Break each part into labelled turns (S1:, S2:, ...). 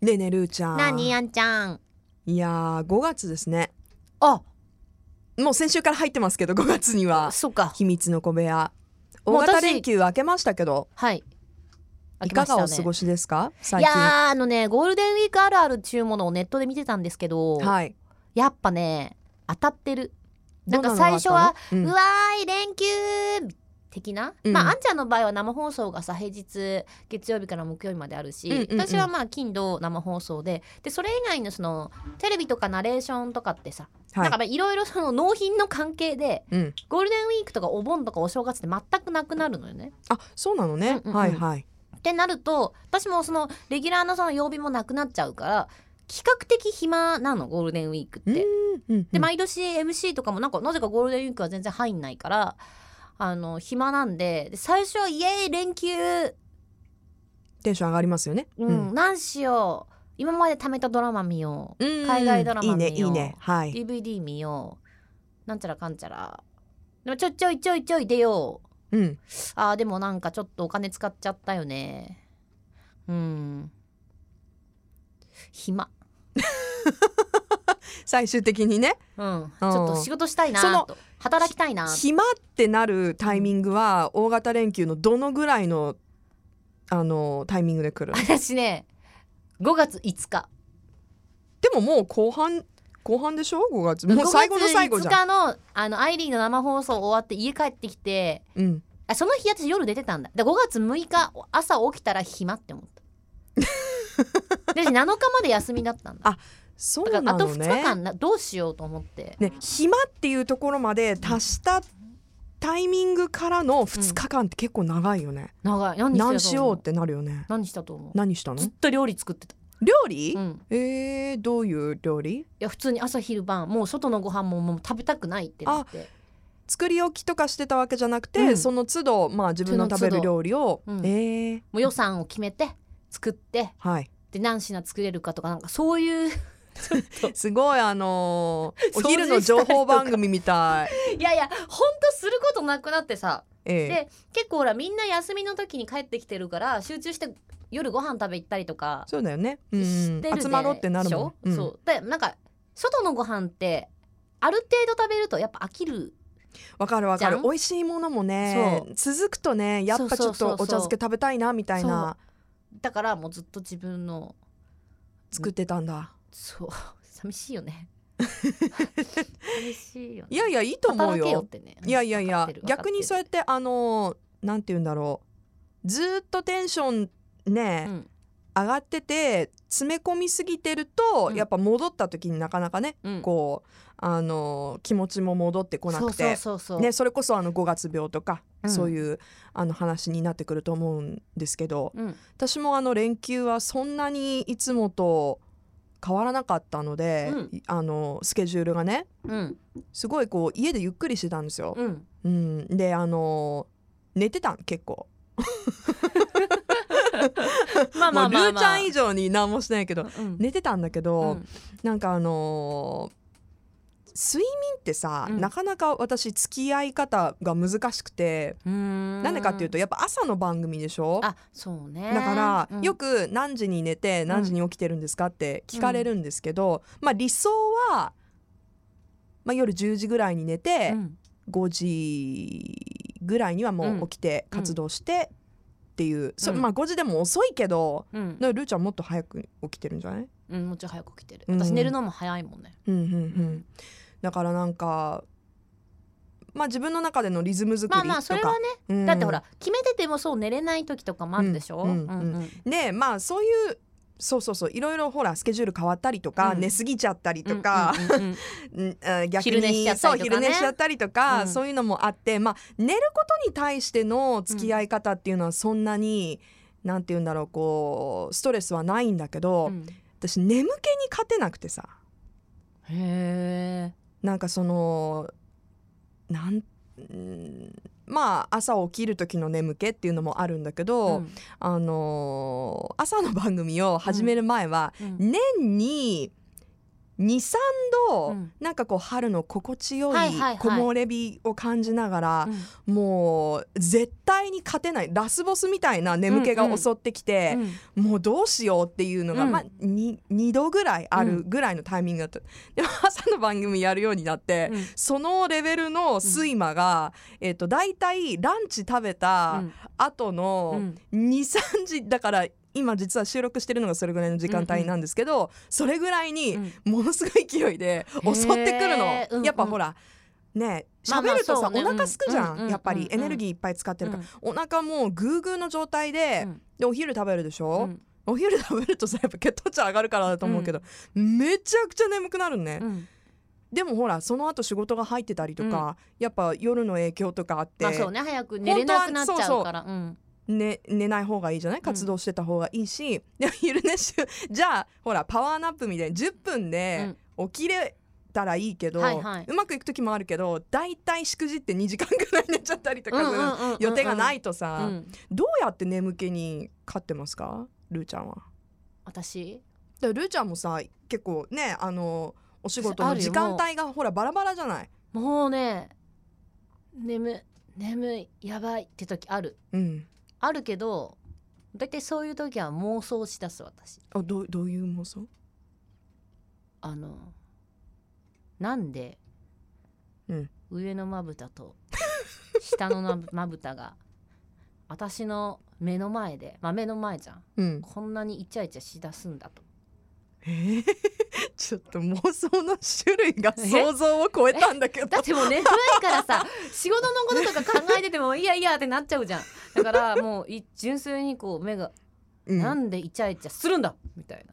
S1: ねえねえルーちゃん
S2: なにやんちゃん
S1: いやー5月ですね
S2: あ
S1: もう先週から入ってますけど5月には
S2: そっか
S1: 秘密の小部屋
S2: もう
S1: 大
S2: 私
S1: 型連休明けましたけど
S2: はい
S1: いかがお過ご
S2: し
S1: しですか
S2: い
S1: 最
S2: や
S1: 近
S2: ーあのねゴールデンウィークあるあるっちゅうものをネットで見てたんですけど、
S1: はい
S2: やっぱね当たってるなん
S1: ど
S2: か
S1: んな
S2: 最
S1: の
S2: 初は
S1: があったの
S2: う
S1: うん
S2: わーい連休的な、
S1: うん
S2: まああんちゃんの場合は生放送がさ平日月曜日から木曜日まであるし、
S1: うんうんうん
S2: 私はまあ金土生放送ででそれ以外のそのテレビとかナレーションとかってさ、
S1: はい
S2: なんかまあいろいろその納品の関係で
S1: うん
S2: ゴールデンウィークとかお盆とかお正月って全くなくなるのよね。
S1: あそうなのね、
S2: うんうんうん
S1: はいはい
S2: ってなると私もそのレギュラーのその曜日もなくなっちゃうから比較的暇なのゴールデンウィークって。
S1: うんうん
S2: で毎年 MC とかもなんかなぜかゴールデンウィークは全然入んないからあの暇なんでで最初は「イエーイ連休、
S1: テンション上がりますよね
S2: うん何しよう今まで貯めたドラマ見よ
S1: うん
S2: 海外ドラマ見よう
S1: いいねいいねは
S2: う
S1: い
S2: DVD 見ようなんちゃらかんちゃらでもちょいちょいちょいちょい出よう
S1: うん
S2: あーでもなんかちょっとお金使っちゃったよねうん暇
S1: 最終的にね
S2: うんちょっと仕事したいな
S1: その
S2: と働きたいなと
S1: 暇ってなるタイミングは大型連休のどのぐらいのあのタイミングで来るの
S2: 私ね5月5日
S1: でももう後半後半でしょ5月もう
S2: 5
S1: 最後の最後じゃん、
S2: 月5日のあのアイリーンの生放送終わって家帰ってきて
S1: うん、
S2: あその日私夜出てたんだで5月6日朝起きたら暇って思 ったで私7日まで休みだったんだ
S1: そ
S2: だ
S1: う
S2: か
S1: な
S2: らあと
S1: の
S2: 2
S1: ね
S2: 日間などうしようと思って
S1: ね暇っていうところまで達したタイミングからの2日間って結構長いよね、
S2: 長い何
S1: 何
S2: し
S1: し
S2: よ
S1: よ
S2: う
S1: うってなるよね
S2: 何したと思う
S1: 何したの
S2: ずっと料理作ってた、
S1: 料理、
S2: うん、い
S1: えー、どういう料理
S2: や普通に朝昼晩もう外のご飯ももう食べたくないってなって
S1: 作り置きとかしてたわけじゃなくて、
S2: うん
S1: その都度まあ自分の食べる料理を、
S2: その都度うん
S1: えー、
S2: もう予算を決めて作って
S1: はい
S2: で何品作れるかとかなんかそういう
S1: すごいあのー
S2: 掃除
S1: お
S2: したり
S1: 昼
S2: とか
S1: の情報番組み たい、
S2: いやいやほんとすることなくなってさ
S1: ええ
S2: で結構ほらみんな休みの時に帰ってきてるから集中して夜ご飯食べ行ったりとか
S1: そうだよね、うん、
S2: してるでしょ、
S1: 集まろうってなるもん、うん
S2: そうでなんか外のご飯ってある程度食べるとやっぱ飽きる
S1: わかるわか
S2: じゃ
S1: る
S2: ん
S1: 美味しいものもね続くとねやっぱちょっ
S2: そうそ
S1: と
S2: うそうそう
S1: お茶漬け食べたいなみたいな
S2: だからもうずっと自分の
S1: 作ってたんだ
S2: そう寂しい よね寂しいよね
S1: いやいやいいと思う
S2: 働けよ
S1: よ
S2: ってね
S1: いやいやい
S2: わ
S1: や
S2: かってる
S1: 逆にそうやってあのなんて言うんだろうずーっとテンションね、
S2: うん
S1: 上がってて詰め込みすぎてると、
S2: うん
S1: やっぱ戻った時になかなかね、
S2: うん
S1: こうあの気持ちも戻ってこなくて
S2: そうそうそうそう、
S1: ね、それこそあの5月病とか、
S2: うん
S1: そういうあの話になってくると思うんですけど
S2: うん、
S1: 私もあの連休はそんなにいつもと変わらなかったので、
S2: うん
S1: いあのスケジュールがね
S2: うん
S1: すごいこう家でゆっくりしてたんですよ。
S2: うん
S1: うん、であの寝てたん結構。
S2: まあ
S1: も
S2: ま
S1: う
S2: あ
S1: ル
S2: まあ、
S1: ー
S2: ま
S1: ちゃ
S2: あ、
S1: ん以上に何もしてないけど
S2: うん
S1: 寝てたんだけ
S2: う
S1: ど、
S2: ん
S1: なんかあのー睡眠ってさ、
S2: うん
S1: なかなか私付き合い方が難しくて、
S2: うーん
S1: なんでかっていうとやっぱ朝の番組でしょ
S2: あそうね
S1: だから、
S2: うん
S1: よく何時に寝て何時に起きてるんですかって聞かれるんですけど、まあ理想は、まあ、夜10時ぐらいに寝て、
S2: うん
S1: 5時ぐらいにはもう起きて
S2: うん
S1: 活動してっていう、そまあ、5時でも遅いけど
S2: うん
S1: ルーちゃんもっと早く起きてるんじゃない
S2: うん、もうちょい早く起きてる
S1: うん
S2: 私寝るのも早いもんね、
S1: うんうんうん、だからなんかまあ自分の中でのリズム作
S2: ま
S1: りとか、
S2: あまあそれはね、
S1: うん
S2: だってほら決めててもそう寝れない時とかもあるでしょ、う
S1: うんん
S2: う
S1: うんんねまあそういうそうそうそういろいろほらスケジュール変わったりとか、
S2: うん
S1: 寝すぎちゃったり
S2: うん
S1: とか、
S2: うんうんうん
S1: うんあ逆に
S2: 昼寝しちゃったり
S1: そう
S2: とかね
S1: 昼寝しちゃったりとか、
S2: うん
S1: そういうのもあって、まあ、寝ることに対しての付き合い方っていうのはそんなに、なんて言うんだろうこうストレスはないんだけど、
S2: うん
S1: 私眠気に勝てなくてさ
S2: へえ
S1: なんかそのなんうんまあ朝起きる時の眠気っていうのもあるんだけど、
S2: うん
S1: あのー朝の番組を始める前は、
S2: うん
S1: 年に23度、
S2: うん
S1: なんかこう春の心地よい
S2: はいはいはい
S1: 木漏れ日を感じながら、もう絶対に勝てないラスボスみたいな眠気が襲ってきて、
S2: うん
S1: もうどうしようっていうのが、
S2: うん
S1: まあ、に 2, 度ぐらいあるぐらいのタイミングだった、 でも朝の番組やるようになって、
S2: うん
S1: そのレベルの睡魔が、えっと大体ランチ食べた後
S2: う
S1: の
S2: ん
S1: 23時だから今実は収録してるのがそれぐらいの時間帯なんですけど、それぐらいに
S2: うん
S1: ものすごい勢いで
S2: へー
S1: 襲ってくるの、
S2: うん
S1: やっぱほらね
S2: まあまあ
S1: 喋ると
S2: そ
S1: さ、
S2: う
S1: お
S2: ね
S1: 腹すくじゃん、
S2: うん
S1: やっぱり
S2: うん
S1: エネルギーいっぱい使ってるから、お腹もうグーグーの状態
S2: う
S1: で、
S2: ん
S1: でお昼食べるでし
S2: う
S1: ょ、
S2: ん
S1: お昼食べるとさやっぱ血糖値上がるからだと思うけど、めちゃくちゃ眠くなるね、
S2: うん
S1: でもほらその後仕事が入ってたりとか、やっぱ夜の影響とかあって、
S2: まあそうね早く寝れなくなっちゃうからうん
S1: 寝寝ない方がいいじゃない活動してた方がいいし、 で昼寝しじゃあほらパワーナップみたいに10分で起きれたらいいけど、
S2: はいはいう
S1: まくいく時もあるけどだいたいしくじって2時間ぐらい寝ちゃったりとかする、予定がないいとさ、
S2: うん
S1: どうやって眠気に勝ってますかルーちゃんは。
S2: 私
S1: だからルーちゃんもさ結構ねあのお仕事
S2: あ
S1: の
S2: るよ
S1: 時間帯がほらバラバラじゃない。
S2: もうね眠眠いやばいって時ある
S1: うん、
S2: あるけど大体そういう時は妄想しだす私
S1: あどうどういう妄想、
S2: あのなんで、
S1: うん
S2: 上のまぶたと下のまぶまぶたが私の目の前で、まあ、目の前じゃん
S1: うん、
S2: こんなにイチャイチャしだすんだと
S1: えー ちょっと妄想の種類が想像を超えたんだけど
S2: だってもう寝てないからさ仕事のこととか考えててもいやいやってなっちゃうじゃんだからもうい純粋にこう目が
S1: うん
S2: なんでイチャイチャするんだみたいな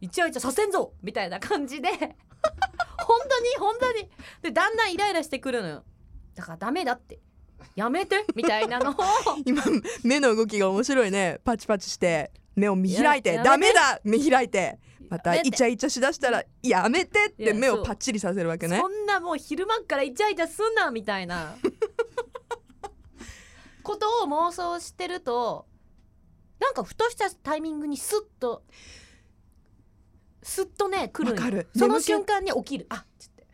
S2: イチャイチャさせんぞみたいな感じで本当に本当にでだんだんイライラしてくるのよだからダメだってやめてみたいなのを
S1: 今目の動きが面白いねパチパチして目を見開いて
S2: や
S1: ダメだ目開いてまた
S2: やめて
S1: イチャイチャしだしたらやめてっ
S2: い
S1: て
S2: や
S1: 目
S2: そ
S1: を
S2: う
S1: パッチリさせるわけね
S2: そんなもう昼間っからイチャイチャすんなみた いなことを妄想してるとなんかふとしたタイミングにスッとスッとね来るのよ
S1: わかる
S2: その
S1: 眠気
S2: 瞬間に起きるあっつって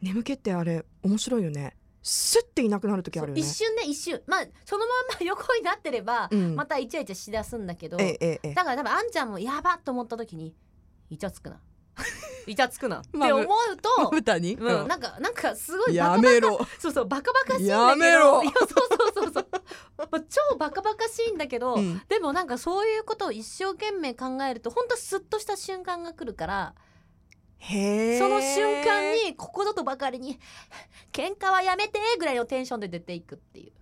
S1: 眠気ってあれ面白いよねスッていなくなる時あるよね
S2: 一瞬ね一瞬まあそのまんま横になってれば、
S1: うん
S2: またイチャイチャしだすんだけど
S1: え
S2: だ
S1: えええええ
S2: から多分あんちゃんもやばっと思った時にイチャつ くなイチャつくなって
S1: まあ
S2: 思う
S1: ま
S2: と、
S1: ぶたに、
S2: う、
S1: うんん
S2: なんかなんかすごいバ
S1: や
S2: カ
S1: めろ
S2: そうそうバカバカしいんだけど
S1: やめろ
S2: いやそうそうそうそう、まあ、超バカバカしいんだけど、
S1: うん
S2: でもなんかそういうことを一生懸命考えると本当スッとした瞬間が来るから
S1: へえ
S2: その瞬間にここぞとばかりに「喧嘩はやめて」ぐらいのテンションで出ていくっていう。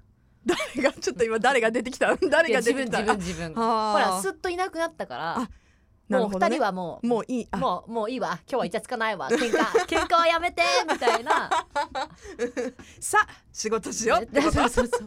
S1: 誰がちょっと今誰が出てきた誰
S2: いや
S1: が出て
S2: 自分
S1: きた
S2: 自分自分
S1: あ
S2: ほ
S1: ー
S2: らすっといなくなったから
S1: あなる
S2: もう
S1: ほど
S2: 二
S1: ね
S2: 人はもう
S1: もういいあ
S2: もうもういいわ今日はイチャつかないわ喧嘩 喧嘩はやめてみたいな
S1: さあ仕事しようって
S2: そ
S1: こと
S2: うそうそう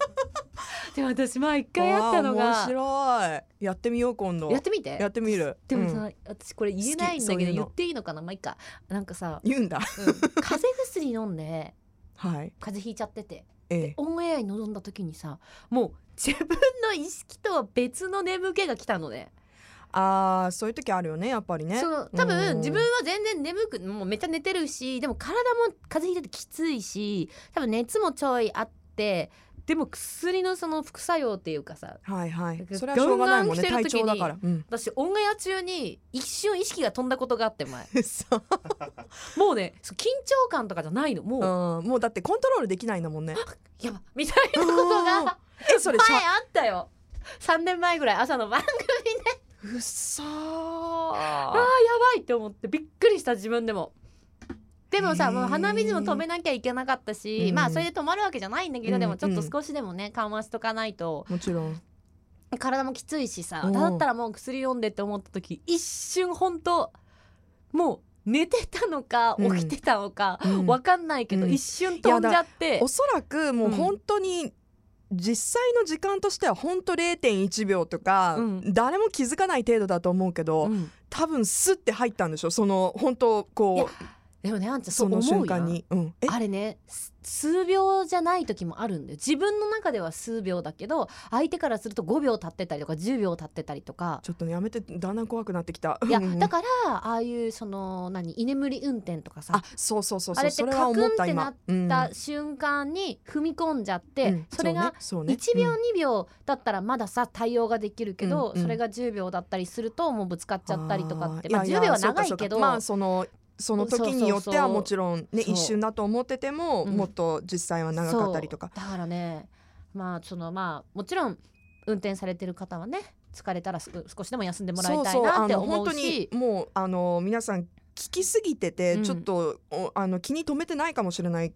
S2: でも私まあ一回やったの
S1: わあ
S2: が
S1: 面白いやってみよう今度
S2: やってみて
S1: やってみる
S2: でもさ、
S1: うん
S2: 私これ言えないん
S1: 好き
S2: だ
S1: そう
S2: け
S1: い
S2: ど
S1: うの
S2: 言っていいのかなまあいいかなんかさ、
S1: 言うんだ
S2: うん風邪薬飲んで
S1: はい
S2: 風邪ひいちゃってて
S1: ええ
S2: オンエアに臨んだ時にさもう自分の意識とは別の眠気が来たのね
S1: あーそういう時あるよねやっぱりね
S2: その多
S1: う
S2: 分
S1: ん
S2: 自分は全然眠くもうめっちゃ寝てるしでも体も風邪ひいててきついし多分熱もちょいあってでも薬のその副作用っていうかさ
S1: はいはい
S2: だ
S1: そ
S2: か
S1: れ
S2: ら
S1: はしょうがないもんね
S2: ガンガン
S1: 体
S2: 来てる時に
S1: 調だから、うん、
S2: 私オンエア中に一瞬意識が飛んだことがあって前
S1: そう、
S2: もうねそう緊張感とかじゃないのもう、
S1: うん、もうだってコントロールできないんだもんね
S2: やばみたいなこと
S1: うん
S2: が
S1: えそれち
S2: 前
S1: ゃ
S2: あったよ3年前ぐらい朝の番組で
S1: うっそ
S2: あーやばいって思ってびっくりした自分でも。でも
S1: へ
S2: さ
S1: ー
S2: もう鼻水も止めなきゃいけなかったし、
S1: うん
S2: まあそれで止まるわけじゃないんだけど、
S1: うん
S2: でもちょっと
S1: うん
S2: 少しでもね緩和しとかないと
S1: もちろん
S2: 体もきついしさ
S1: うん
S2: だったらもう薬飲んでって思った時一瞬ほんともう寝てたのか
S1: うん
S2: 起きてたのか、
S1: うん
S2: わかんないけど、
S1: うん
S2: 一瞬飛んじゃって
S1: おそらくもううん本当に実際の時間としては本当0.1秒とか、
S2: うん
S1: 誰も気づかない程度だと思うけど、
S2: うん
S1: 多分スッて入ったんでしょその本当こ
S2: でもねあんちゃんそ
S1: そう
S2: 思
S1: の
S2: う
S1: 瞬
S2: や
S1: 間
S2: ん
S1: にうんえ
S2: あれねす数秒じゃない時もあるんだよ自分の中では数秒だけど相手からすると5秒経ってたりとか10秒経ってたりとか
S1: ちょっとねやめてだんだん怖くなってきた
S2: いや
S1: うんうん
S2: だからああいうその何居眠り運転とかさ
S1: あそうそうそうそう
S2: あれって
S1: それは思った
S2: カクンってな
S1: 今
S2: っ
S1: うん
S2: た瞬間に踏み込んじゃっ
S1: う
S2: て、
S1: ん
S2: それが
S1: そうねそ
S2: 1
S1: うね
S2: 秒2秒だったらまださ対応ができるけ
S1: うん
S2: ど、
S1: うん
S2: それが10秒だったりするともうぶつかっちゃったりとかって
S1: ー
S2: まあ、
S1: いや
S2: 10
S1: い
S2: 秒
S1: や
S2: は長い
S1: そうかそ
S2: け
S1: うか
S2: ど
S1: まあそのその時によってはもちろんね
S2: そう
S1: 一瞬だと思ってても
S2: うん
S1: もっと実際は長かったりとか
S2: そうだからねまあそのまあもちろん運転されてる方はね疲れたらす少しでも休んでもらいたいなって
S1: の
S2: 思
S1: 本
S2: う
S1: 当
S2: し
S1: にもうあの皆さん聞きすぎてて、
S2: うん
S1: ちょっとおあの気に留めてないかもしれない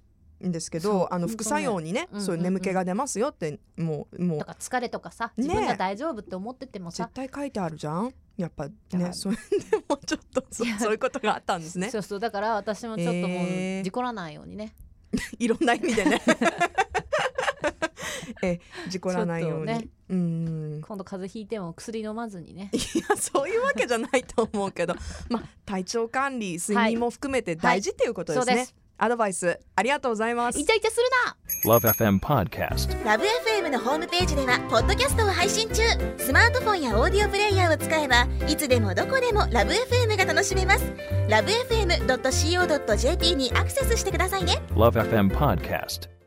S1: んですけ
S2: そう
S1: どあの
S2: 本当ね
S1: 副作用にね、
S2: うんうんうん
S1: そういう眠気が出ますよってもうもう
S2: とか疲れとかさ
S1: ね
S2: 自分が大丈夫って思っててもさ
S1: 絶、対書いてあるじゃんやっぱ
S2: だから
S1: ねそれでもちょっとそ
S2: いや
S1: そういうことがあったんですね
S2: そうそうだから私もちょっとも
S1: へ
S2: う
S1: ー
S2: 事故らないようにね、
S1: いろんな意味で ねえ事故らないように、
S2: ちょっとね
S1: うん
S2: 今度風邪ひいても薬飲まずにね
S1: いやそういうわけじゃないと思うけ ど、まあ、体調管理睡
S2: はい
S1: 眠も含めて大事っていうことですね、
S2: そうです
S1: アドバイスありがとうございます
S2: イチャイチャするな
S3: Love FM Podcast.
S4: ラブ f m のホームページではポッドキャストを配信中スマートフォンやオーディオプレイヤーを使えばいつでもどこでもラブ f m が楽しめますラブ FM.co.jp にアクセスしてくださいね
S3: Love FM Podcast.